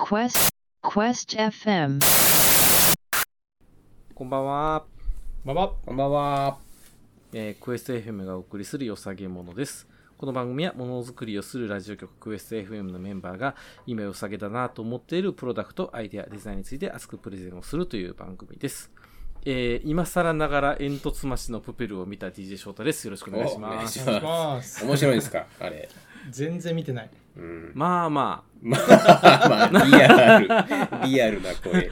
Quest Quest FM こんばんは、ばばこんばんは。えークエスト FM がお送りするよさげものですこの番組はものづくりをするラジオ局クエスト FM のメンバーが今よさげだなと思っているプロダクトアイデアデザインについて熱くプレゼンをするという番組です、えー今更ながら煙突増しのプペルを見た DJ 翔太ですよろしくお願いしお願まいすしお願いします面白いですか あれ。全然見てないうん。まあま まあ、まあ、リア ル。リアルな声。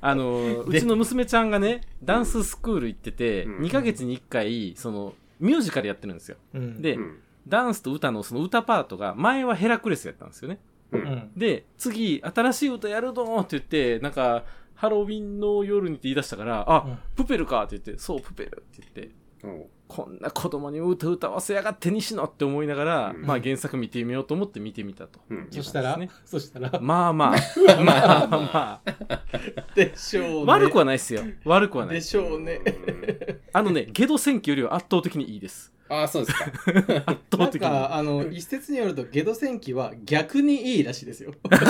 あ、あのーうでちの娘ちゃんがね、ダンススクール行ってて、うん2ヶ月に1回、その、ミュージカルやってるんですよ。うんで、うん。ダンスと歌のその歌パートが、前はヘラクレスやったんですよね。ううんんで、次、新しい歌やるどーって言って、なんか、ハロウィンの夜にって言い出したから、あ、うんプペルかって言って、そう、プペルって言って、おうこんな子供に歌歌わせやがって西野って思いながら、うんまあ原作見てみようと思って見てみたと。うんそしたら、いい感じそしたらまあまあ、まあまあ、でしょう悪くはないですよ。悪くはないで。しょうねうんあのね、ゲド戦記よりは圧倒的にいいです。ああ、そうですか。圧な倒ん的に。かあの一説によるとゲド戦記は逆にいいらしいですよ 何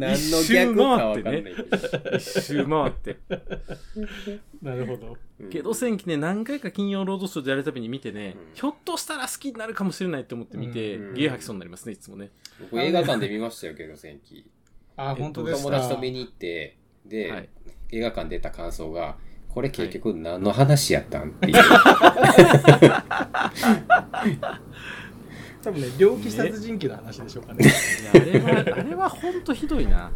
の逆かわかんないけど。一周回って。なるほどうんゲド戦記ね、何回か金曜ロードショーでやるたびに見てね、うんひょっとしたら好きになるかもしれないって思って見て、うんゲー吐きそうになりますね、いつもね。僕映画館で見ましたよ、ゲド戦記。あ本当です友か達と見に行って、で、はい映画館出た感想が、これ結局何の話やったんっていう。多分ね猟奇殺人鬼の話でしょうかねいやあれは、あれはほんとひどいな。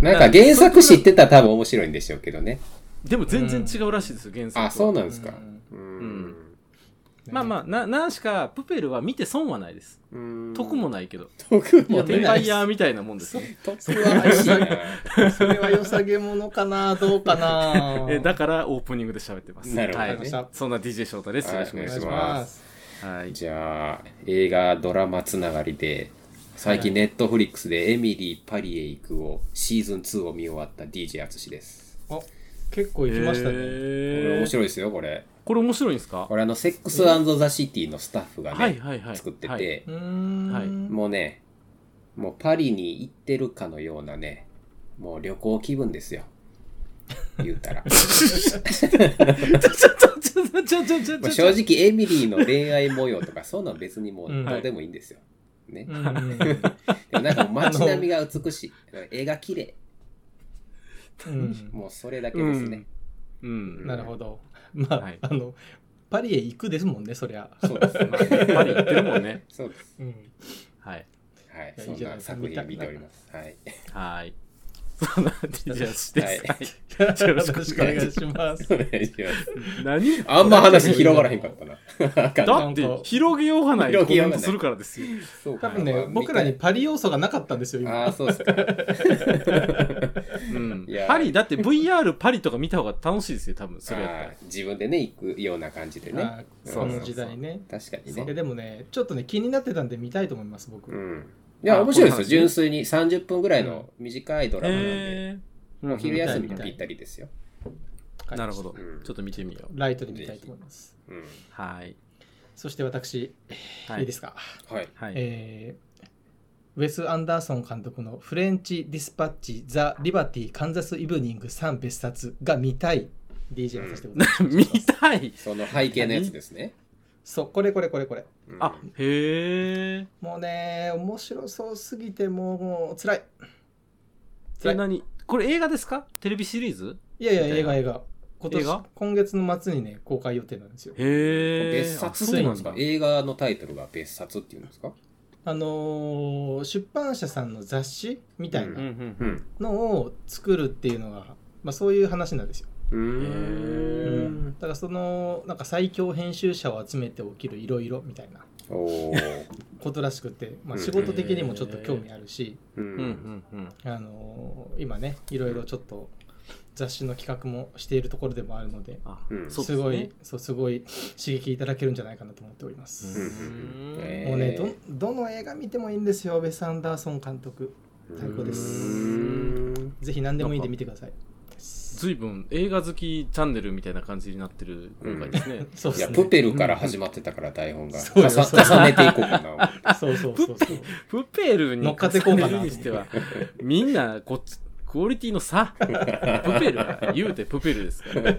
なんか原作知ってたら多分面白いんでしょうけどね。でも全然違うらしいですよ、原作は。あ、そうなんですか。ううんん。まあまあ、な、なんしか、プペルは見て損はないです。うん得もないけど。得いもや、ねテンパイヤーみたいなもんですよ。得はないしな。あそれは良さげものかなどうかな えだから、オープニングで喋ってます。なるほどはねい。そんな DJ 翔太です。よろしくおお願い願いししま。ますすはい。 じゃあ、映画、ドラマつながりで、最近ネットフリックスでエミリー・パリへ行くをシーズン2を見終わった DJ 淳です。あ結構行きましたね、これ面ね。白いですよ、これ。これ面白いんですかこれあの、セックスザ・シティのスタッフがはいね、はいはい。作ってはい。てう、ーん、はいもうね、もうパリに行ってるかのようなね、もう旅行気分ですよ。言う たら。ちょちょちょちょちょちょちょまあち正ょ。直、エミリーの恋愛模様とか、そんなん別にもうんうどうでもいいんですよ。ねう。んうんでもなんかもう街並みが美しい。絵が綺麗。 うんもうそれだけですね。うん。なるほど。まあ、はいあの、パリへ行くですもんね、そりゃ。そうです。まあやっぱり言ってるもんね。そうです。 うん。はい。はい。いやそいいんじゃないな作品見ております。はい。 はい。そんな DJ 淳です。ははい。よろよろししくくお願いします。お願いします。何あんま話広がらへんかったな。あかんだなって広げようがないコ広げメようンがトないするからですよ。そう多か分ね、僕らに。パリ要素がなかったんですよ、今。ああー、そうですか。うんいや。パリ、だって VR パリとか見た方が楽しいですよ、多分。それやったあー自分でね、行くような感じでね。あーこの時代ね。確かにえね。でもね、ちょっとね、気になってたんで見たいと思います、僕。うん。いや、面白いですあよ。ー純粋に30分ぐらいの短いドら。ラマなんで。へお昼ー休みにぴったりですよ。はいなるほどうん。ちょっと見てみよう。ライトで見たいと思います。うん。はい。そして私、はいいですか。はい。はい。えーウェス・アンダーソン監督の「フレンチ・ディスパッチ・ザ・リバティ・カンザス・イブニング3別冊」が見たい DJ としてご ざいます。見たいその背景のやつですね。そう、これこれこれこれ。うんあ、へえ。もうね、面白そうすぎて、もう、もう、辛い。辛え、い何これ映画ですかテレビシリーズいやいや、みたい映な画、映画。今映画年、今月の末にね、公開予定なんですよ。へえ。別冊あってそう言うなんんでですすかか映画のタイトルが別冊っていうんですかあのー出版社さんの雑誌みたいうんなうんうん。のを作るっていうのが、まあ、そういう話なんですよ。うーん。だから、その、なんか最強編集者を集めて起きるいろいろみたいなおー。ことらしくて、まあ、うん仕事的にもちょっと興味あるし、う。うんうんんうん。あのー今ね、いろいろちょっと雑誌の企画もしているところでもあるので、あうんそうですねごいそうすごい刺激いただけるんじゃないかなと思っております、うんうんへーもうねどえどの映画見てもいいんですよウェス・アンダーソン監督ー最高ですうーんぜひ何でもいいんで見てくださいです。随分映画好きチャンネルみたいな感じになってる今回ですね。そうでいすや、ね。プペルから始まってたから台本が。そう重よ重ねていこうかな。そうそうそうそう。プペルに乗っかってこうかな重ねるにしては、みんなこっち、クオリティの差。プペルは言うてプペルですから。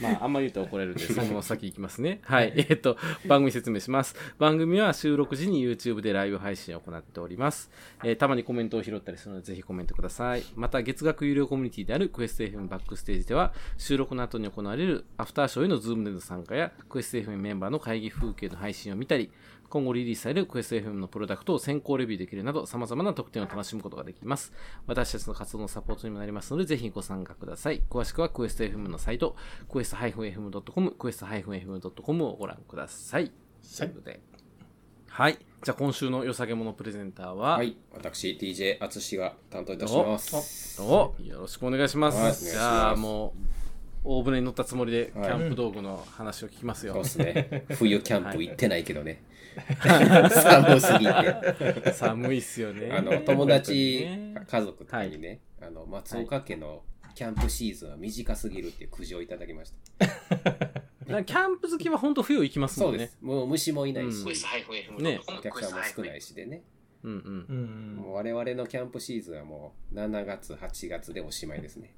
まあ、あんま言うと怒られるんで、その先行きますね。はい。えっと、番組説明します。番組は収録時に YouTube でライブ配信を行っております。えーたまにコメントを拾ったりするので、ぜひコメントください。また、月額有料コミュニティであるクエスト FM バックステージでは、収録の後に行われるアフターショーへの Zoom での参加や、クエスト FM メンバーの会議風景の配信を見たり、今後リリースされるクエスト FM のプロダクトを先行レビューできるなど、様々な特典を楽しむことができます。私たちの活動のサポートにもなりますので、ぜひご参加ください。詳しくはクエスト FM のサイト、quest-fm.com、quest-fm.com をご覧ください。といはういことで。はい。じゃあ今週の良さげものプレゼンターは、はい。私、DJ 淳が担当いたします。どうよろしくお願いします。はいお願いしますじゃあもう、大船に乗ったつもりで、キはいャンプ道具の話を聞きますよ。そうですね。冬キャンプ行ってないけどね。寒すぎて。寒いっすよね。あの、友達本当にね、家族とかにね、あの、松岡家のキャンプシーズンは短すぎるっていう苦情をいただきました。なんかキャンプ好きは本当冬行きますそもうんでね。す。もう虫もいないし、うんねお客さんも少ないしでね。うんうんう。んもう我々のキャンプシーズンはもう7月、8月でおしまいで すね。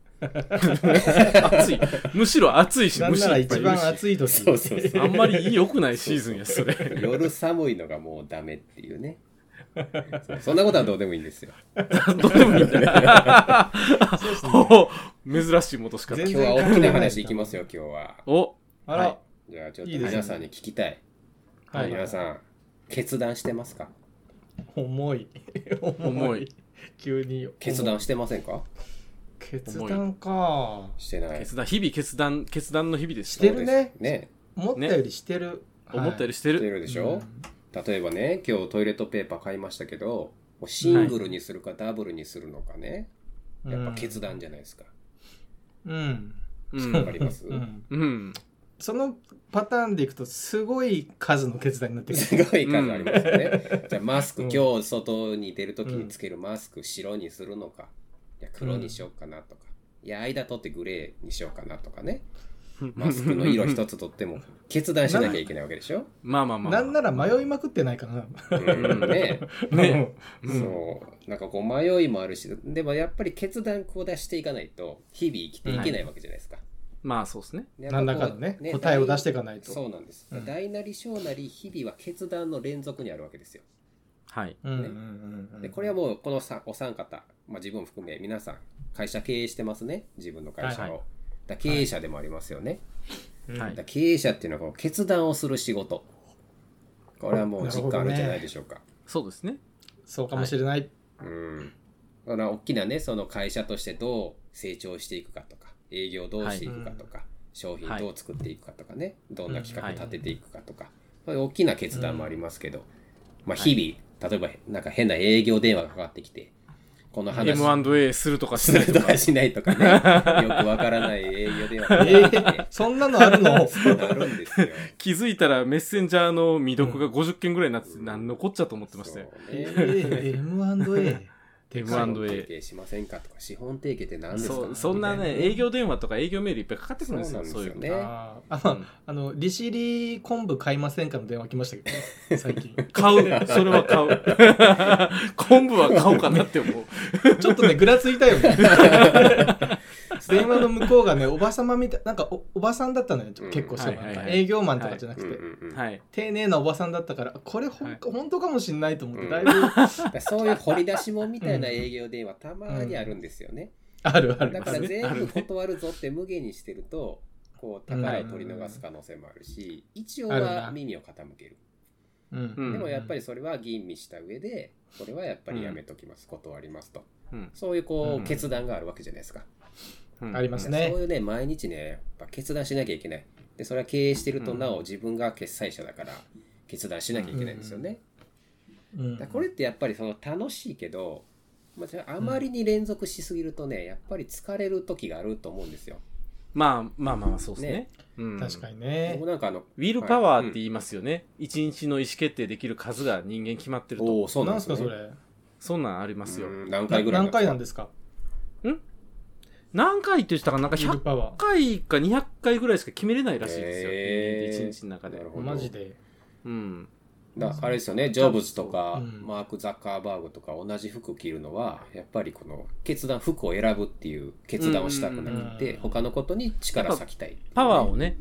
暑い。むしろ暑いし、なんむしなろらいっぱ一いいる番し暑い時。そうそうそうあんまり良くないシーズンや、それ。夜寒いのがもうダメっていうね。そうそんなことはどうでもいいんですよ。どうでもいいんだ。 ほう珍しい戻し方。 全今日は大きな話いきますよ、今日は。おあはいら、じゃあちょっいいとですね皆さんに聞きたい。はい皆さん、決断してますか重い。 重い。急に重い決断してませんか決断か。してない。決断、日々決断、決断の日々です。してるねそうですね。思ったよりしてる。はい思ったよりしてる。してるでしょ、うん例えばね、今日トイレットペーパー買いましたけど、もうシングルにするかダブルにするのかね、やっぱ決断じゃないですか。うん。うわかん。ります、うんうん。そのパターンでいくとすごい数の決断になってくする。ごい数ありますよ ね。じゃあマスク、うん今日外に出るときにつけるマスク、白にするのか、いや黒にしようかなとか、いや、間取ってグレーにしようかなとかね、マスクの色一つとっても決断しなきゃいけないわけでしょ。まあまあまあ。なんなら迷いいまくってないかな。うんね、 ねうん。そう、なんかこう迷いもあるし、でもやっぱり決断下していかないと、日々生きていけないわけじゃないですか。まあそうですね。でうやんっぱ何こうらかのね、答えを出していかないそと。うなんです。うん大なり小なり、日々は決断の連続にあるわけですよ。はい。うんうんうんうんでこれはもうこのさお三方、まあ、自分を含め皆さん会社経営してますね自分の会社を、はいはいだ経営者でもありますよね、うんはいだ経営者っていうのはこの決断をする仕事これはもう実感あるんじゃないでしょうか、そうですね。そうかもしれない。うんだから大きなねその会社としてどう成長していくかとか営業どうしていくかとか、商品どう作っていくかとかね、どんな企画立てていくかとか、そういう大きな決断もありますけど、まあ日々、例えばなんか変な営業電話がかかってきてこの話 M&A するとかしすないとるとかか。しないとか ね。よくわからない営業電話がえねーそんなのある のなるんですよ。気づいたらメッセンジャーの未読が50件ぐらいになってて、なんのこっちゃと思ってましたよ。そうえね。ー M&A。資本提 M&A。携しませんかとか、資本提携って何ですかそうそんなね、営業電話とか営業メールいっぱいかかってくるんですよ、そそううないんうですの。よねあーあまああの利尻昆布買いませんかの電話来ましたけどね最近買 う、それは買う。 昆布は買おうかなって思う。ちょっ とねぐらついたよね電話の向こうがねおばさまみたいなんかおおばさんだったのようん結構してもはいはなんいかはい営業マンとかじゃなくて、うんうんう んはい。丁寧なおばさんだったからこれほん、はい本当かもしんないと思っうてん だいぶだからそういう掘り出し物みたいな営業電話たまにあるんですよね。あるあだるかあら全るね部断るぞって無限にしてると、こう宝を取り逃す可能性もあるし、一応あるはな耳を傾ける。うんうんでもやっぱりそれは吟味した上で、これはやっぱりやめときます、断りますと。うん。そういうこうんう決断があるわけじゃないですか。うんありまそすうねいうね、毎日ね、やっぱ決断しなきゃいけない。で、それは経営してると、うんなお自分が決済者だから、決断しなきゃいけないんですよね。うんだからこれってやっぱりその楽しいけど、まあそれあまりに連続しすぎるとね、やっぱり疲れる時があると思うんですよ。まあまあまあまあ、そうですねね。うん確かに僕ねなんかあの、ウィルパワーって言いますよね。一日の意思決定できる数が人間決まってると。おお、そうなん何ですすかそね。れそんなんありますよ。うん何な回ぐらい何回なんでですか何回って言ってたかななんかヒール100パワ回か200回ぐらいしか決めれないらしいですよ。へー1日の中でなる。ほー。どマジで。うん。だあれですよね、ジョブズとうか、んマーク・ザッカーバーグとか同じ服着るのは、やっぱりこの決断、服を選ぶっていう決断をしたくなくて、うん他のことに力割きたいっていうね、パワーをね、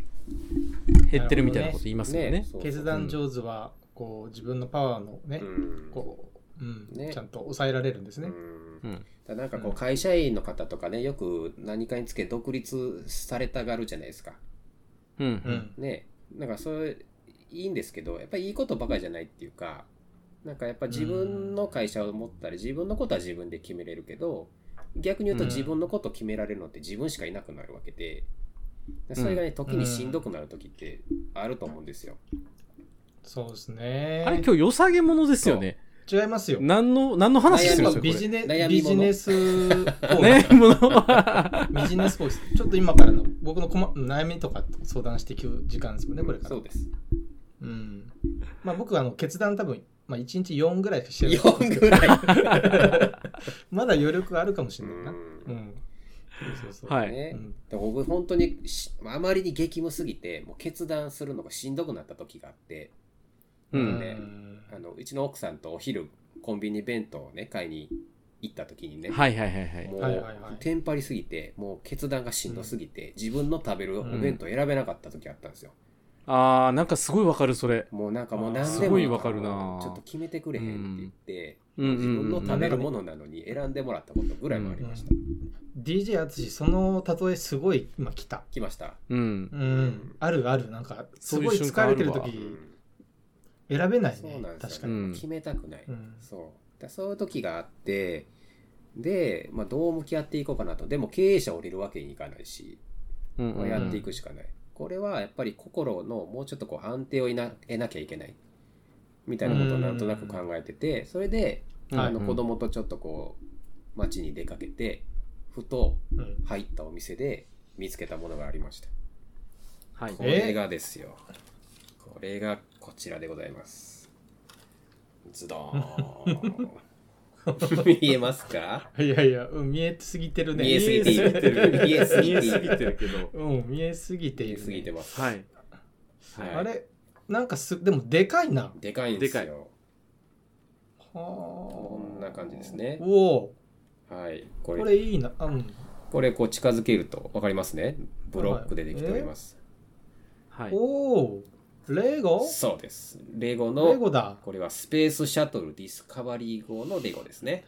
減ってるみたいなこと言いますよね。そう決断上手は、こう、自分のパワーのねう、んこう、うんねちゃんと抑えられるんですうね。んうだかん。らなんかこう会社員の方とかねよく何かにつけ独立されたがるじゃないですかう。うんん。ねなんかそれいいんですけどやっぱりいいことばかりじゃないっていうかなんかやっぱ自分の会社を持ったり自分のことは自分で決めれるけど逆に言うとうん自分のことを決められるのって自分しかいなくなるわけでそれがね時にしんどくなる時ってあると思うんですよ。そうですね。あれ今日良さげものですよね。違いますよ。何の、何の話してるんそでうすよ、ビジネ悩みビものジネスこコれ。ーね、もの。ナー。ビジネスコース。ちょっと今からの僕の困悩みとかと相談していく時間ですもんね、これからそう。です。うん。まあ僕はあの決断多分、まあ1日4ぐらいしかしてない。 4ぐらい。 まだ余力あるかもしうれないな。うんん。そうそうそう。はいねうんで僕本当にしあまりに激務すぎてもう決断するのがしんどくなった時があってう。うんんあのうちの奥さんとお昼コンビニ弁当をね買いに行った時にね、はいはいはいはい。もう、はいはいはいテンパりすぎてもう決断がしんどすぎて、自分の食べるお弁当選べなかった時あったんですよ、あー、なんかすごいわかる、それ。もうなんかもうあー何でもすごいわかるなちょっと決めてくれへんって言って、うんうん自分のうん食べるものなのに選んでもらったことぐらいもありました、 DJ あつしその例えすごい今来た来ました、うん。うん、あるあるなんかすごそういいう瞬間疲あれてるるわう時ん選べないそうねなんで確すよかね、にに決めたくない、うんそうだそういう時があってで、まあ、どう向き合っていこうかなとでも経営者降りるわけにいかないし、うんまあうんやっていくしかない、これはやっぱり心のもうちょっとこう安定をいな得なきゃいけないみたいなことをなんとなく考えてて、それで、うんあの子供とちょっとこう街に出かけてふとうん入ったお店で見つけたものがありましたはい。これがですよこれがこちらでございますズドーン見えますかいやいや、うん、見えすぎてるね見えすぎている見えすぎて見えいるすぎてるけど。うん見えすぎてい見えるね、すぎてます、はい。はいあれなんかすでもでかいなでかいんですでよここんな感じですねおおはいこーこれこれれいいなあうんこう近づけると分かりますねブロックでできております、はい。おおレゴそうですレゴレのゴだ これはスペースシャトルディスカバリー号のレゴですね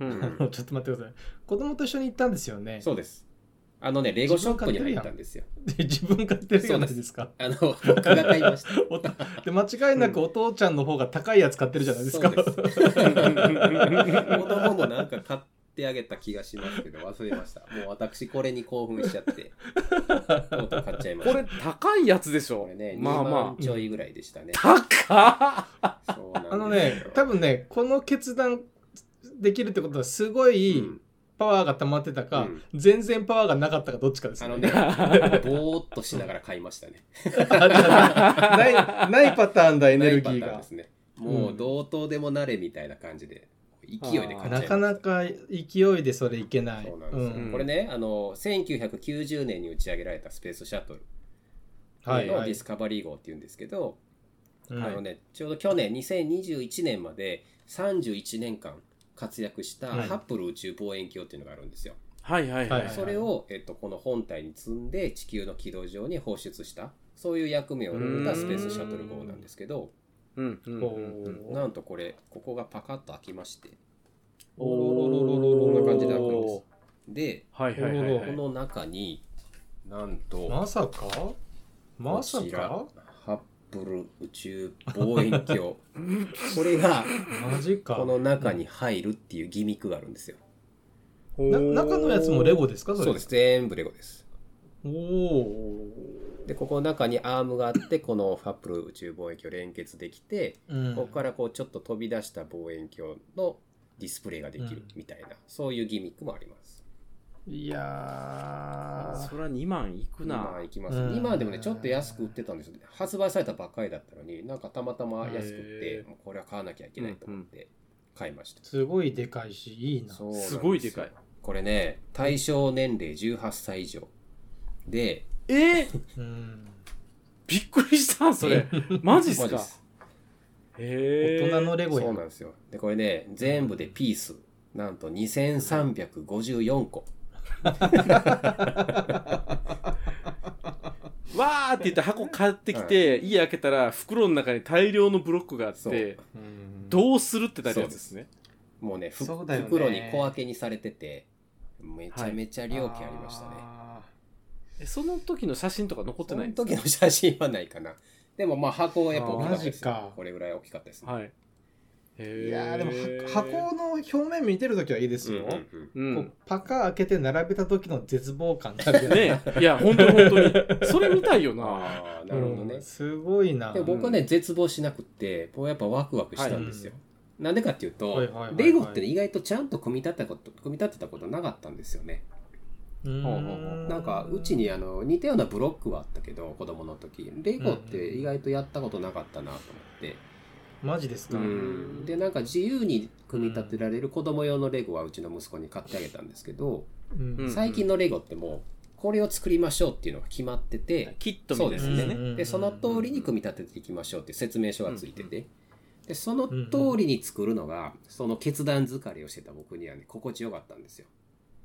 うんあのちょっと待ってください子供と一緒に行ったんですよねそうですあのねレゴショップに入ったんですよで自分買ってるじゃないですかあの僕が買いま したおたで間違いなくお父ちゃんの方が高いやつ買ってるじゃないですか。そうです 子供もなんか買ってあげた気がしますけど忘れましたもう私これに興奮しちゃ ってとうとう買っちゃいましこたれ高いやつでしょこれねまあ2万まちょいぐらいでしたね、あ高っそうなんですよあのね、多分ね、この決断できるってことは、すごういんパワーが溜まってたか、うん全然パワーがなかったか、どっちかですあよのね。ね ぼーっとしながら買いましたねあじゃあないないパター ンだ、エネルギーないパタンがで。すねもううん同等でもなれみたいな感じで勢いで買っちゃいましたなかなか勢いでそれいけない。そうなんですよ、うんこれねあの1990年に打ち上げられたスペースシャトルはのいデはいィスカバリー号っていうんですけど、うんあのね、ちょうど去年2021年まで31年間活躍したはいハッブル宇宙望遠鏡っていうのがあるんですよ。はいはいはいはいそれを、えっと、この本体に積んで地球の軌道上に放出したそういう役目を負ったスペースシャトル号なんですけどうんうんおうんーなんとこれここがパカッと開きましておーこんな感じで開くんですではいはいはいはこいの中になんとまさかまさこちらかハッブル宇宙望遠 鏡これがマジかこの中に入るっていうギミックがあるんですよ。な中のやつもレゴですかそれそうです全部レゴです。おおでここの中にアームがあってこのファップル宇宙望遠鏡を連結できてうんここからこうちょっと飛び出した望遠鏡のディスプレイができるみたいなそういうギミックもあります。いやーそら2万いくな今いきますうん今でもねちょっと安く売ってたんですよ発売されたばっかりだったのになんかたまたま安くへってーもうこれは買わなきゃいけないと思って買いました。すごいでかいしいいなそうなんですよごいでかい。これね、対象年齢18歳以上。で、えうんびっくりしたそれ。マジっすそうでかすへ大え。人のレそゴうやなんですよ。で、これね、全部でピース、なんと2354個。わーって言って箱買ってきて、家開けたら袋の中に大量のブロックがあっそてう、どうするってなるやつですね。もうね、ふそうだよね袋に小分けにされてて、めちゃめちゃ料金ありましたね。あえその時の写真とか残ってそなのいんです時の写真はないかな。でもまあ箱はやっぱ大きかったですあーマジよか。これぐらい大きかったですね。はい。へーえ。いやーでもは箱の表面見てるときはいいですうんよ、うんうんうこんう。パカ開けて並べた時の絶望感ね ねいや、本当に本当に。それ見たいよな。ああ、なるほどうねん。すごいなでも僕はね、絶望しなくって、僕はやっぱワクワクしたんですよ。なんでかっていうと、はいはいはいはいレゴってね意外とちゃんと組み立てたこと、組み立てたことなかったんですよね。うんほうほうほなんか、うちにあの、似たようなブロックはあったけど、子供の時。レゴって意外とやったことなかったなと思って。マジですうかん。で、なんか自由に組み立てられる子供用のレゴはうちの息子に買ってあげたんですけど、うんうん最近のレゴってもう、これを作りましょうっていうのが決まってて、キットみたいそうなですやつねうんうんうんでその通りに組み立てていきましょうっていう説明書がついてて、でその通りに作るのがその決断疲れをしてた僕にはね心地よかったんですよ。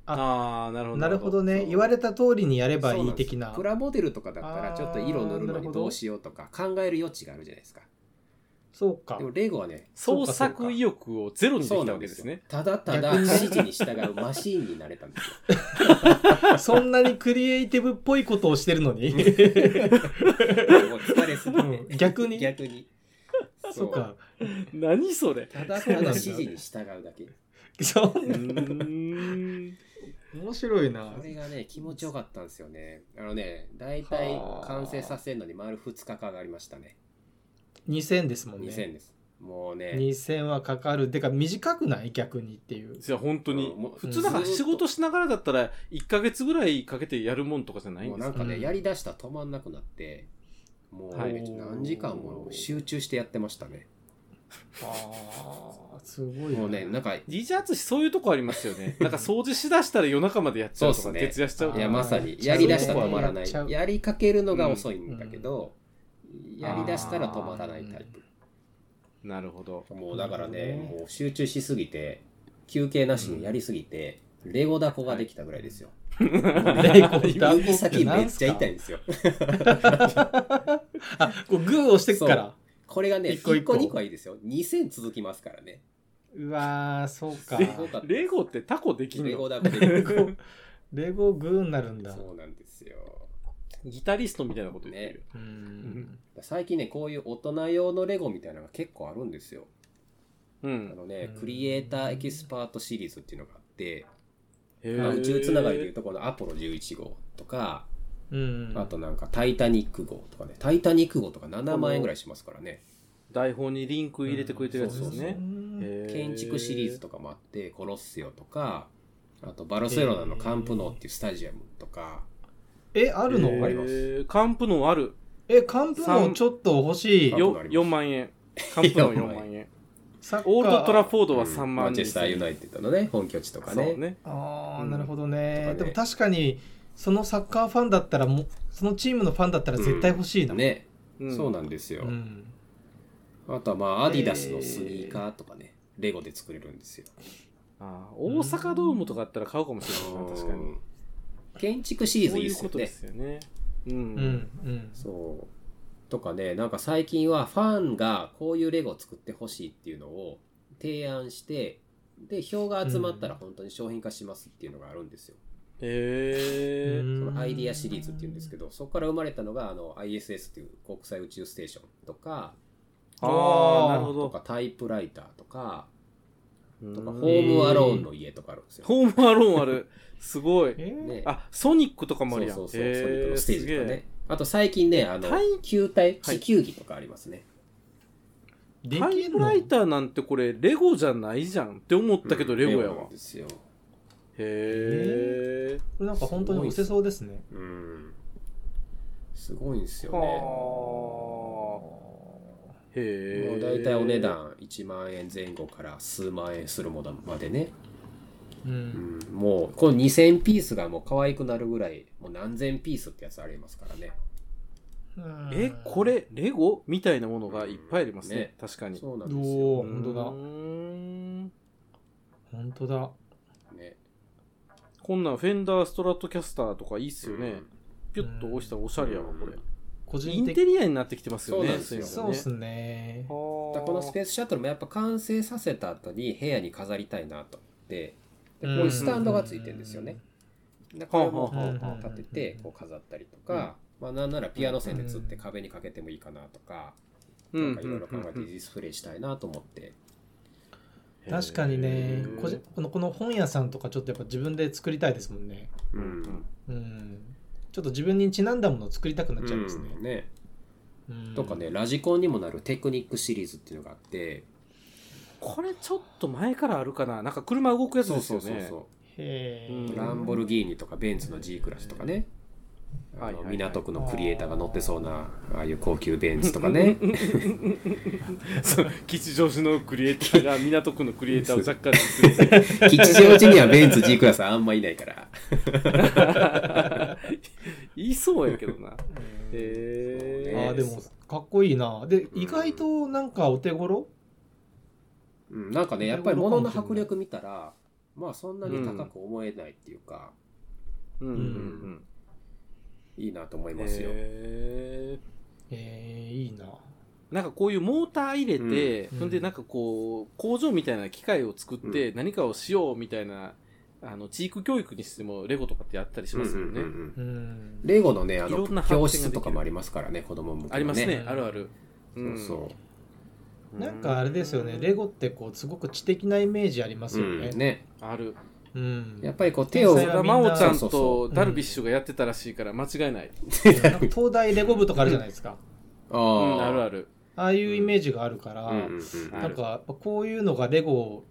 ああ、なるほど。なるほどねそう言われた通りにやればそういないんです的なプラモデルとかだったらちょっと色塗るあーなるのほにどどうしようとか考える余地があるじゃないですか。そうかでもレゴはね創作意欲をゼロにでそうきたなわんけでですすよね。。ただただ逆に指ね示に従うマシーンになれたん ですよ。 そんなにクリエイティブっぽいことをしてるのにもう疲れすぎてうん逆に逆に。 そうか何それ。ただただ指示に従うだけ。そんうなーん。面白いなこれがね、気持ちよかったんですよね。あのね、大体完成させるのに丸2日かかりましたね。 2000ですもんね2000です。もうね、 2000はかかるてか短くない逆にっていうじゃあ本当にうんもう普通だからずーっと仕事しながらだったら1ヶ月ぐらいかけてやるもんとかじゃないんもうでなすかんかね、うんやりだしたら止まんなくなって、もうはい何時間も集中してやってましたね。ああすごいなもうね、なんか、い DJ 淳そういうとこありますよ ね。なんか掃除しだしたら夜中までやっちゃうとそかうっすね徹夜しちゃうといかや、。まさに、あーやりだしたら止まらなやっちゃうい。やりかけるのが遅いんだけど、んやりだしたら止まらないタイなるほど。プ。もうだかならるほね、どねもう集中しすぎて、休憩なしにやりすぎて、レゴダコができたぐらいですよ。レゴダコって指先めっちゃ痛いなんんすですよ。かあこうグー押してくからこれがね、一一個個一個二個はいいですよ。2000続きますからね。うわーそうかすごかった。レゴってタコできんレゴのだけでレゴレゴグ ーになるんだそうなんですよ。ギタリストみたいなこと言ってる。うん最近ね、こういう大人用のレゴみたいなのが結構あるんですよ。うあん。のねうん、クリエイターエキスパートシリーズっていうのがあって、へーまあ宇宙つながりでいうとこのアポロ11号とか、うんあとなんかタイタニック号とかね、タイタニック号とか7万円ぐらいしますからね。台本にリンク入れてくれてるやつですそうそうね。へー建築シリーズとかもあって、コロッセオとか、あとバルセロナのカンプノーっていうスタジアムとか、えあるえのーありますカンプノンある。えカンプノンちょっと欲しいカンプノンよあります4万円。カンプ ノン4 4万万円。サッカーオールドトラフォードは3マ万ン円。チェスターユナイテッドのね、本拠地とかそうね。ね。ああうんなるほどね,、とかねでも確かにそのサッカーファンだったらもうそのチームのファンだったら絶対欲しいな、ね、うんそうなんですよう。んあとはまあ、アディダスのスニーカーとかね、レゴで作れるんですよ。あー大阪ドームとかあったら買うかもしれないな、確かうにん。建築シリーズそういいいでうすこよとでね。すよね。う。うんんそう。とかね、なんか最近はファンがこういうレゴを作ってほしいっていうのを提案して、で、票が集まったら本当に商品化しますっていうのがあるんですよ。へーそのアイディアシリーズっていうんですけどど、そこから生まれたのがあの ISS っていう国際宇宙ステーションとか、ああーあ、なるほとど。かタイプライターとか、とかうんホームアローンの家とかあるんですよ。ホームアローンある。 すごい。えーねあ、ソニックとかもあそうるやん。そうそう、ソニへックのステージとかすげえね。あと最近ね、あのタイ、球体、地球儀とかありますね。でタきイるプのライターなんてこれレゴじゃないじゃんって思ったけどレゴやレわ、なんですよ。へえなんか本当に押せそうですねうん。すごいんですよはね。あへえもう大体お値段1万円前後から数万円するものまでね、うん。うんもうこの2000ピースがもう可愛くなるぐらいもう何千ピースってやつありますからねえ、これ、レゴみたいなものがいっぱいありますね。ね確かに。そうなんですよ、おお、本当うーだ。ん本当だ。ね、こんなんフェンダーストラトキャスターとかいいっすよね。うんピュッと押したらおしゃれやわ、これ。個イ人ンテ的リアになってきてますよね、そうなんですよいそうのっねすね。だからこのスペースシャトルもやっぱ完成させた後に部屋に飾りたいなと思ってでこういうスタンドがついてるんですよね。でこれもこはうあはあはあ立ててこう飾ったりとか、まあなんならピアノ線でつって壁にかけてもいいかなとか、うんなんかいろいろ考えてうんディスプレイしたいなと思って、確かにねへー、個人このこの本屋さんとかちょっとやっぱ自分で作りたいですもんね。ううんうんうん。ちょっと自分にちなんだものを作りたくなっちゃいますね。うんねうんとか。ねラジコンにもなるテクニックシリーズっていうのがあってこれちょっと前からあるかな。なんか車動くやつそうですそようね。そうそうへうんえ。ランボルギーニとかベンツの G クラスとかね、あはいはのいはい港区のクリエイターが乗ってそうな、ああいう高級ベンツとかね、そう吉祥寺のクリエイターが港区のクリエイターを若干実 践する吉祥寺にはベンツ G クラスあんまいないから、言いそうやけどなへそうねえあーでもかっこいいな。で、意外となんかお手頃うん、なんかね、やっぱり物の迫力見たら、まあそんなに高く思えないっていうか、うんうんうんいいなと思いへますよ。ええー、いいな。なんかこういうモーター入れて、うんほんでなんかこう工場みたいな機械を作って何かをしようみたいな、あの地域教育にしてもレゴとかってやったりしますよね、うんうんうんうん。レゴのね、あいろんなの発見が教できる室とかもありますからね、子供向けのね。ありますねねあるある、そうそう。うなんかあれですよね、レゴってこうすごく知的なイメージありますよね。うんね。あるうんやっぱりこう手を、そ天才れだははみん真な央ちゃんそうとそダルビッシュがやってたらしいから間違いない。なんか東大レゴ部とかあるじゃないですか。あうん、ーあるある。ああいうイメージがあるから、うんうんうんあなんかやっぱこういうのがレゴを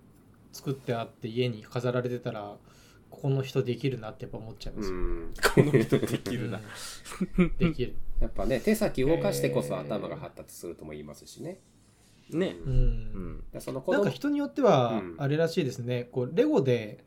作ってあって家に飾られてたら、ここの人できるなってやっぱ思っちゃいますうよ。んこの人できるな。うんできる。 やっぱね、手先動かしてえこそー頭が発達するとも言いますしね。ね。う。うんん。でその子なんか供人によってはうんあれらしいですね、こうレゴで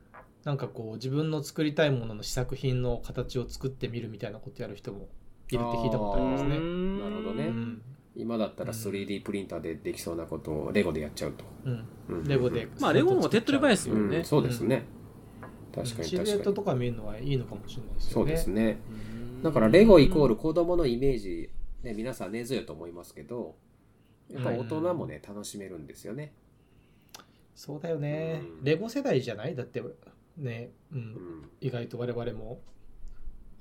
なんかこう自分の作りたいものの試作品の形を作ってみるみたいなことやる人もいるって聞いたことありますね。ななるほどうねん今だったら 3D プリンターでできそうなことをレゴでやっちゃうと。うんうんレゴで。まあ、レゴの方が手っ取り早いですうもんん、ね。そうですね。確かにシルエッ確かトに。とか見るのはいいのかもしれないですよね。そうですね。うんだからレゴイコール子供のイメージ、ね、皆さん根強いと思いますけど、やっぱ大人もね、楽しめるんですよね。そうだよねう。んレゴ世代じゃないだって、ね、う、うんん。意外と我々も。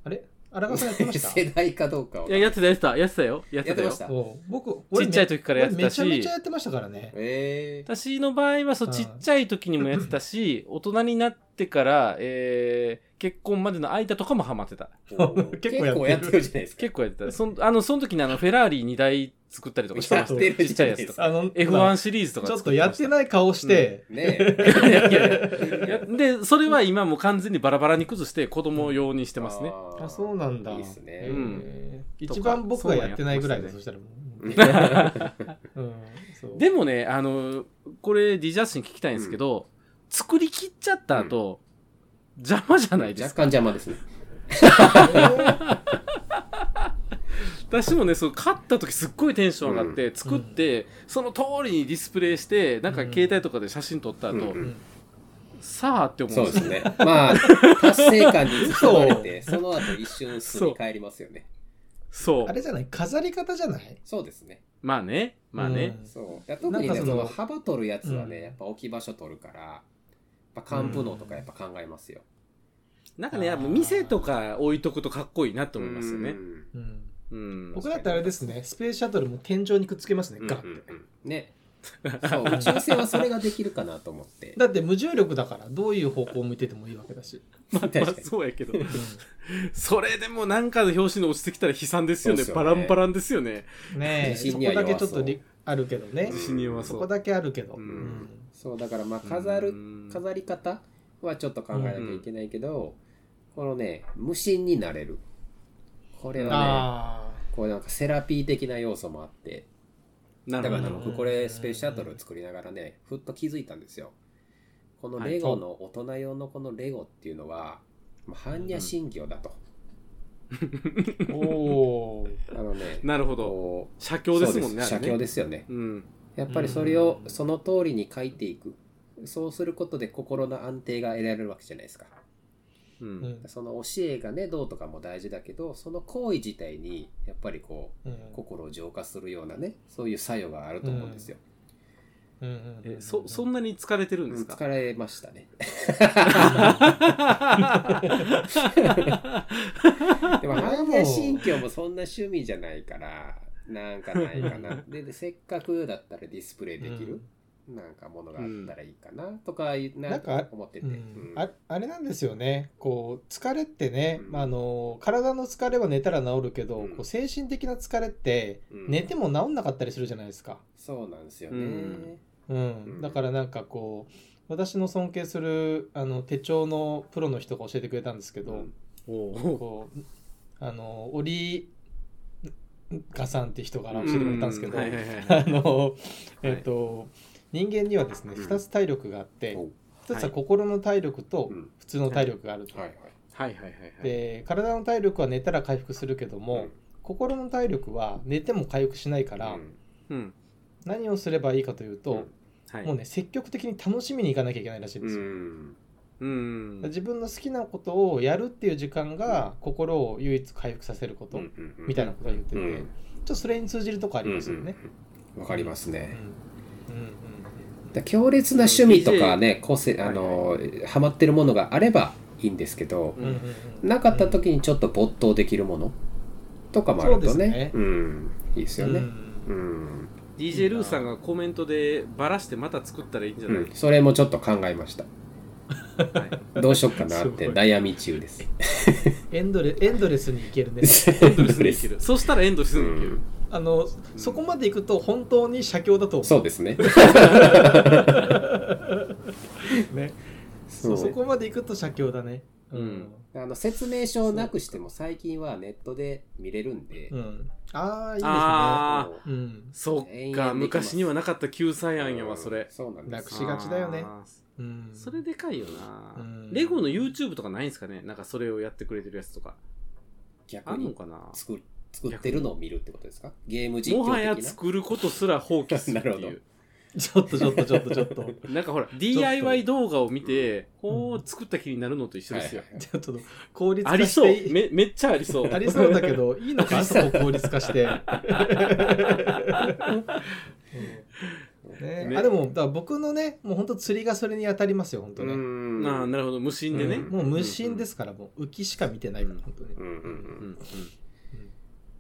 あれ荒川さんやってまし 世た代かどうかはいや、やってた、やってた、やってたよ。やっやてよったてまし。た。おう僕、ち俺っめちゃい時からやってたし俺めちゃめちゃやってましたからね。 ええ私の場合は、そう、うんちっちゃい時にもやってたし、大人になってから、えー結婚までの間とかもハマってた。ー。結構やってるやってるじゃないですか。結構やってた。そんあの、その時にあの、フェラーリ2台作ったりとかしてましたやってよ。るちっちゃいやつとか。あの、 F1 シリーズとかちょっ作とやっていない顔して、ねいやいやいやいや で、それは今もう完全にバラバラに崩して子供用にしてますね。あ、そうなんだ。いいっすねへえうん一番僕がやってないぐらいとだ、そかしたらもう。うん、そうでもね、あの、これ、ディジャッシン聞きたいんですけど、作り切っちゃった後、邪魔じゃないです若干か。邪魔ですね。私もね、そう、買った時すっごいテンション上がって、作って、その通りにディスプレイして、なんかうん携帯とかで写真撮った後、うんうんさあって思うそんうでよ。ですすね。まあ、達成感に包まれて、その後一瞬巣に帰りますよね。そう あれじゃない飾り方じゃないそうですね。まあね、まあね。うんそう。いや特になね、んそかそのの幅取るやつはうね、んやっぱ置き場所取るから、やっぱ幹部能とかやっぱ考えますよ。なんかね、やあーっぱ店とか置いとくとかっこいいなと思いますよねう。んうんうん。僕だったらあれですね、スペースシャトルも天井にくっつけますね、うんガッて。うんね。そう、宇宙船はそれができるかなと思 って。だって無重力だから、どういう方向を向いててもいいわけだ し。まあ、確かにまあそうや けど。うそれでもなんかの表紙に落ちてきたら悲惨ですよね。そうですよバねランバランですよね。んねえ、自そ信こにはだ弱そけうちょっとりあるけどねうん。自信に弱そそう。こだけあるけど。ううんんそう、だからまあ、飾る、うん飾り方はちょっと考えなきゃいけないけど、このね、無心になれる。これはね、あこうなんかセラピー的な要素もあって、なだるかほらど。僕これスペースシャトル作りながらね、ふっと気づいたんですよ。このはいレゴの大人用のこのレゴっていうのは、まあ般若心経だと、 おーあのねなるほど。こう写経ですもんね。そあうですれ写経ね。ですよねうん。やっぱりそれをその通りに書いていくそうすることで心の安定が得られるわけじゃないですかう。うんんその教えがねどうとかも大事だけどその行為自体にやっぱりこううん心を浄化するようなねそういう作用があると思うんですよ、うんえ、そ、そんなに疲れてるんですか疲れましたねでもでも般若心経もそんな趣味じゃないからなんかないかなででせっかくだったらディスプレイできる、なんかものがあったらいいかなとかいうななんんかか思ってて、うんうんああれなんですよねこう疲れってね、うんまあ、あの体の疲れは寝たら治るけど、うんこう精神的な疲れってうん寝ても治んなかったりするじゃないですか、そうなんですよね、うんうんうんだからなんかこう私の尊敬するあの手帳のプロの人が教えてくれたんですけど、うんおお。こうあの折ガさんって人から教えてくれたんですけど、うはいはいはいはいあのえっ、と、人間にはですねうん2つ体力があって、おう1つははい心の体力とうん普通の体力があると、はいはいはいはいはいはい。で体の体力は寝たら回復するけども、心の体力は寝ても回復しないから、うんうん。何をすればいいかというと、はい。もうね積極的に楽しみに行かなきゃいけないらしいんうですよ、んうん。自分の好きなことをやるっていう時間が心を唯一回復させること、みたいなことを言ってて、うんちょっとそれに通じるとこありますよね。うんうんうんわかりますうんね。うんうんだ強烈な趣味とかね、個性、あのは、ハマってるものがあればいいんですけど、うんうんうんなかった時にちょっと没頭できるものとかもあるとそうですねね、うん、いいですようね。うんん。 DJ ルーさんがコメントでバラしてまた作ったらいいんじゃうないんそれもちょっと考えました。はいどうしよっかなっすてごい悩み中です。エンドレエンドレスに行 けるねエンドレスにいける。そしたらエンドレスにいける。あのそこまで行くと本当に写経だと思うそうですね。 ねそそううそこまで行くと写経だねうんあの説明書をなくしても最近はネットで見れるんでう、んあああいこいですねうんそっか、昔にはなかった救済案やわ、それ。そうなんでなすくしがちだよねあーうんそれでかいよな、うんレゴの YouTube とかないんですかねなんかそれをやってくれてるやつとかあ逆んのにかな作る作ってるのを見るってことですかゲーム実況も的なはや作ることすら放棄するってないうるちょっとちょっとちょっ とちょっとなんかほら DIY 動画を見てこう作った気になるのと一緒はでいはすよ、いちょっと効率あ化りしそうていめめっちゃありそうありそうだけどいいのかなそこ効率化して、うん ね、あでもだから僕のねもう本当釣りがそれに当たりますよ本当うね、 あんーなるほど無心でね、うんもう無心ですから、もう浮きしか見てないから、うん本当に。うんううんうんん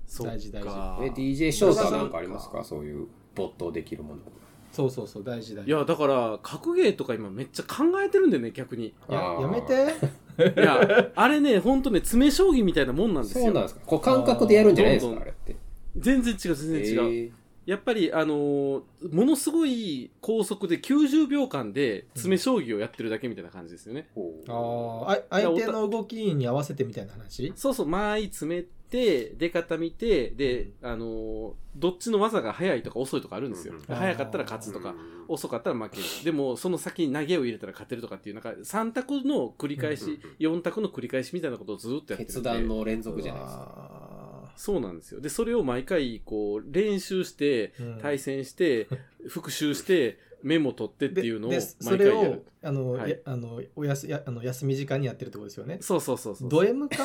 そっか大事大うんえ DJ 翔太はなんかありますかそういう没頭できるものそうそうそう、大事大い事。やだから格ゲーとか今めっちゃ考えてるんだよね逆にやあーやめて。い やあれねほんとね詰め将棋みたいなもんなんですよそうなんですかこう感覚でやるんじゃないですどかんあれって全然違う全然違う、えーやっぱり、あのーものすごい高速で90秒間で詰め将棋をやってるだけみたいな感じですよね。ほうあーあ、相手の動きに合わせてみたいな話そうそう、間合い詰めて、出方見て、で、あのーどっちの技が速いとか遅いとかあるんですようん。うん速かったら勝つとうか、ん遅かったら負ける。でも、その先に投げを入れたら勝てるとかっていう、なんか3択の繰り返うんうしんうん、 4択の繰り返しみたいなことをずっとやってるんで。決断の連続じゃないですかか。そうなんですよ。で、それを毎回、こう、練習して、うん対戦 して、復習して、メモ取ってっていうのをで毎回でそれやるを。あの、はいやあのおやすやあの休み時間にやってるってことですよね。そうそうそうそう。ド M か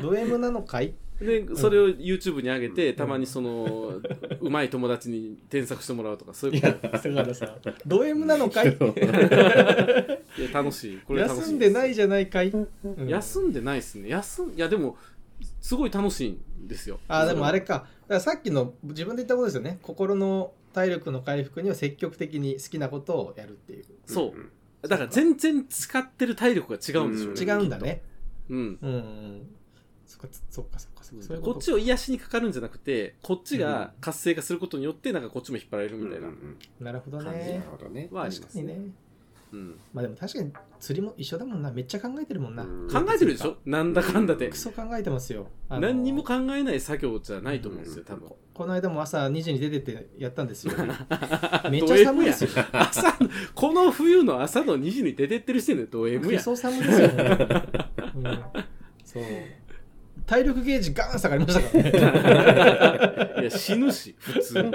ド M なのかいで、それを YouTube に上げて、んたまにその、うまい友達に添削してもらうとか、そういういこや、だからさ、ド M なのかい と。いや楽しい。これ楽しい。。休んでないいじゃないかい、休んでないですね。休ん、いやでも、すごい楽しいんですよ。あーでもあれそかだからさっきの自分で言ったことですよね心の体力の回復には積極的に好きなことをやるっていうそんう。だから全然使ってる体力が違うんでしょんうね。違うんだねうん。うんうんそっかそっかそっかそっかそういうことっちを癒しにかかるんじゃなくて、こっちが活性化することによって、なんかこっちも引っ張られるうんみたいなうんなるほどうんなねるほどねはあり確まかすにねね。うんまあでも確かに釣りも一緒だもんなめっちゃ考えてるもんなうん考えてるでしょなんだかんだでク。ソ考えてますよあの何にも考えない作業じゃないと思うんですよ、多分。この間も朝2時に出てってやったん ですよめっドちゃ M 寒いやですよ朝の、この冬の朝の2時に出てってる時点でド M クや。ソ寒いですよ、うんそう体力ゲージガーン下がりましたからね いや死ぬし普通に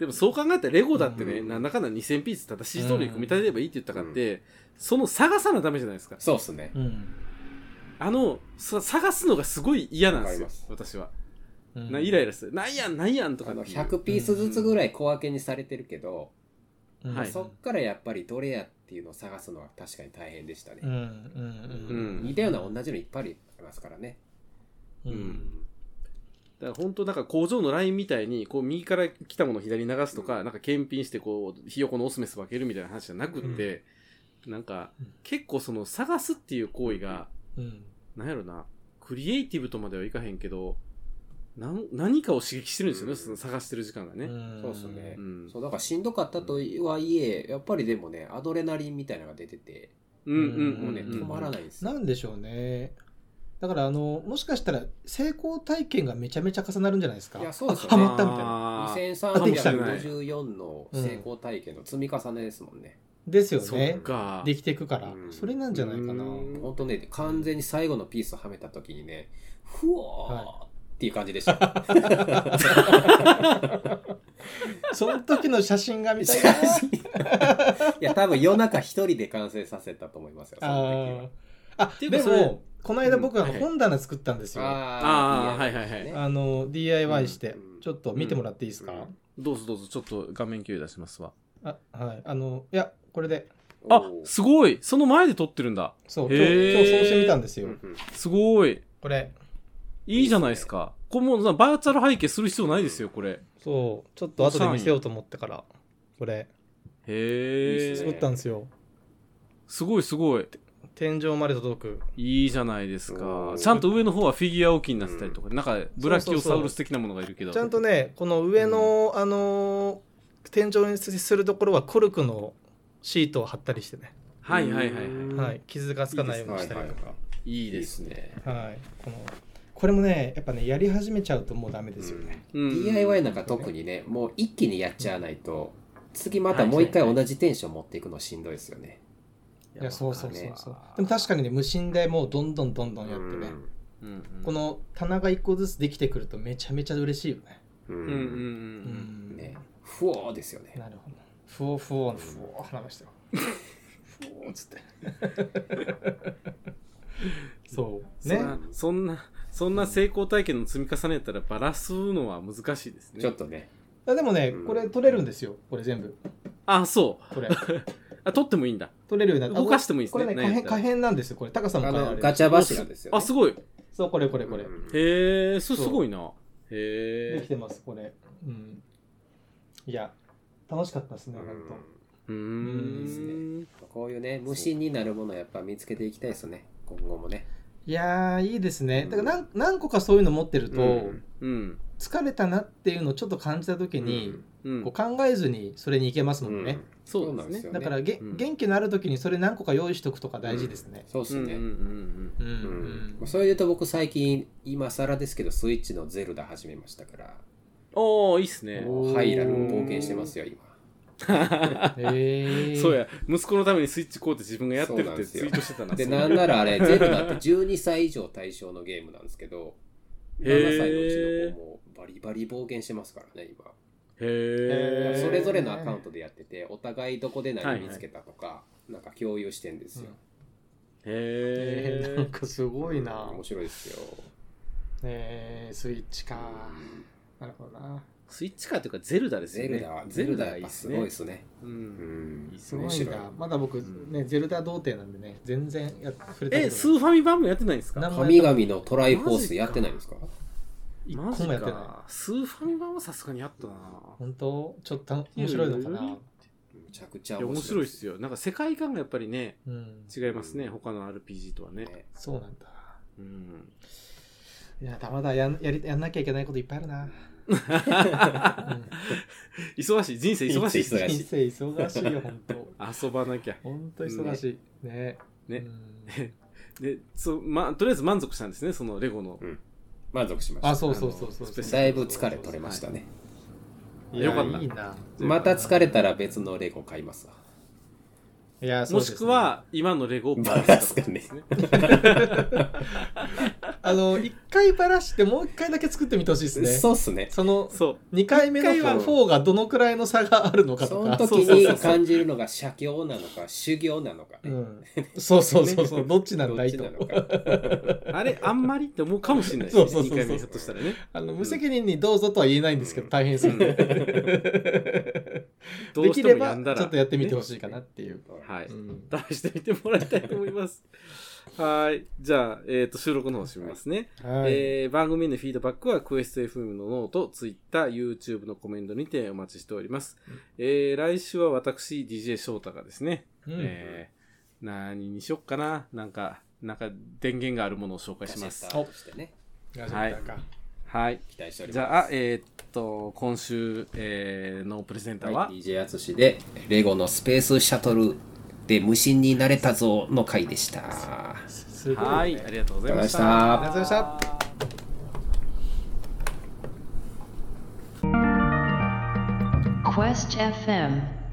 でもそう考えたらレゴだってね、うんなんだかんだ2000ピース正しいストーリー組み立てればいいって言ったからって、その探さなダメじゃないですかそうっすね。うんあのさ探すのがすごい嫌なんですよわかり私は、うんなイライラするなんやんなんやんとかあっていのう100ピースずつぐらい小分けにされてるけど、うんはいそっからやっぱりどれやっていうのを探すのは確かに大変でしたねうん。ううんん似たような同じのいっぱいありますからね。うんううんんだから本当なんか工場のラインみたいにこう右から来たものを左に流すとか、なんか検品してこうひよこのオスメス分けるみたいな話じゃなくって、なんかうん結構その探すっていう行為が、うんなんやろな、クリエイティブとまではいかへんけど、なん何かを刺激してるんですよね、うんその探してる時間がね。そうっすねう。ん。そうだからしんどかったとはいえ、やっぱりでもね、アドレナリンみたいなのが出てて、うんうんうんもうね、うん止まらないんですよ。なんでしょうねだからあのもしかしたら成功体験がめちゃめちゃ重なるんじゃないですかいやそうですよあねハマったみたいなあー2354の成功体験の積み重ねですもんね。ですよそっねか。できていくから、うんそれなんじゃないかなうん本当ね、完全に最後のピースをはめた時にね、ふわーっていう感じでした。 その時の写真が見いた いなや、多分夜中一人で完成させたと思いますよ、そあのーあていうかでそれもこの間僕あのうん本棚作ったんです時よ、は。あーはいはいはいいいやつねあの DIY して、うんちょっと見てもらっていいですか、うんどうぞどうぞ、ちょっと画面共有出しますわ。あはいあのいやこれであおーすごいその前で撮ってるんだ。そうへ今日ー今日そうしてみたんですうよ、んうんすごいこれいいじゃないですか。これもうなバーチャル背景する必要ないですよ、これ。そうちょっと後で見せようと思ってからこれへいいっす作えね。ったんですよすごいすごい。天井まで届くいいじゃないですかう。んちゃんと上の方はフィギュア置きになってたりとか、なんかブラキオサウルス的なものがいるけど。ちゃんとねこの上の、あのー天井に接するところはコルクのシートを貼ったりしてね、はいはいはいはい。うんはい、傷がつかないようにしたりとかいいいですね。。はいこのこれもねやっぱねやり始めちゃうともうダメですよね、うん DIY なんか特にね、もう一気にやっちゃわないと、次またもう一回同じテンション持っていくのしんどいですよね。いやそうそうわかそるうねそうでも確かにね無心でもうどんどんどんどんやってね、うんうんこの棚が一個ずつできてくるとめちゃめちゃ嬉しいよねううんうんうんうんうんん、ね、ふおーですよね。なるほどふおふおふお話してよふおっつってそうそねんなそんなそんな成功体験の積み重ねやったらバラすのは難しいですねちょっとね、あでもねうんこれ取れるんですよこれ全部あそうこれあ取ってもいいんだ取れるようになって動かしてもいいですこねれね可なんや変った可ら変なんですよこれ高さもあ変えられのるガチャ柱ですよ、ね。あすごいそうこれこれこれ、うんへえそれそうすごいなでへきえてますこれうんいや楽しかったですね本当、うーうんいいですんこういうね、無心になるものをやっぱ見つけていきたいですね、今後もね。いやーいいですねだから何何個かそういうの持ってると、うんうん疲れたなっていうのをちょっと感じた時に、うこうん考えずにそれに行けますもんね、そうなんですねそうだからげ、うん元気のある時にそれ何個か用意しとくとか大事ですね、そうですうんね。うんうんうんそれで言うと僕最近、今更ですけど、スイッチのゼルダ始めましたから、おおいいっすねおーハイラルを冒険してますよ、今。へ ーそうや息子のためにスイッチこうって自分がやってるそうっなんてですよツイートしてたなで、そうなんならあ れ、ゼルダって12歳以上対象のゲームなんですけど、へー7歳のうちの子もバリバリ冒険してますからね、今。へえそれぞれのアカウントでやってて、お互いどこで何見つけたとか、なんか共有してんですよ。へえーーなんかすごいな、面白いですよ。えースイッチかなるほどなスイッチかというかゼルダですゼよねルダは、ゼルダはいいいっっすすごいねですね。ううんんいいっすすご面い白なまだ僕んね、ゼルダ童貞なんでね全然や触れたえこスとーないファミ版もやってないんですか何も神々のトライフォースやってないんですか一個マジもやってないかスーファミ版はさすがにあったな本当ちょっと楽面白いのかな、むちゃくちゃいや面面白白いいっすよなんか世界観がやっぱりねうん、違いますね他の RPG とはねねそうなんだうん いやまだまだやんやりやんなきゃいけないこといっぱいあるな忙しい。人生忙しい。人生忙し人い生忙しいよ、本当。遊ばなきゃ。本当忙しい。ね。ねうんで、そう、まあ、とりあえず満足したんですね、そのレゴの。満足しまあ、しそうそうそうそあのスペうシャルた。だいぶ疲れ取れましたね。いやよかったいいな。また疲れたら別のレゴ買いますわ。いや、そうもですしく、ねは、今のレゴをバ。あの、一回ばらして、もう一回だけ作ってみてほしいですね。そうっすね。その、そう。 2回目の一回は4がどのくらいの差があるのかとそのか。時に感じるのが写経なのか修行なのかうね。ん、そうそうそうそう、どっちなんどだっいちとな。のか。あれ、あんまりって思うかもしれないし、そうそうそうそう2回目ひょっとしたらね。あの無責任にどうぞとは言えないんですけど、大変ですよね。 どでうきしてれもやばんちだょら。っとやってみてほしいかなっていう。はい。うん試してみてもらいたいと思います。はい。じゃあ、えっ、と、収録の方締めますね。はいえー番組へのフィードバックは、クエスト FM のノート、Twitter、YouTube のコメントにてお待ちしております。えー来週は私、DJ 翔太がですね、うんえー何にしよっかななんか、なんか、電源があるものを紹介しますガ。シャッターとしてねラジオなんかはい。期待しておりじます。ゃあ、えーっと、今週、えーのプレゼンターは、はい、DJ あつしでレゴのスペースシャトルで無心になれたぞの回でした。あすごいよねはい、ありがとうござりがとうございいままし。したありがた。とうございました。 Quest FM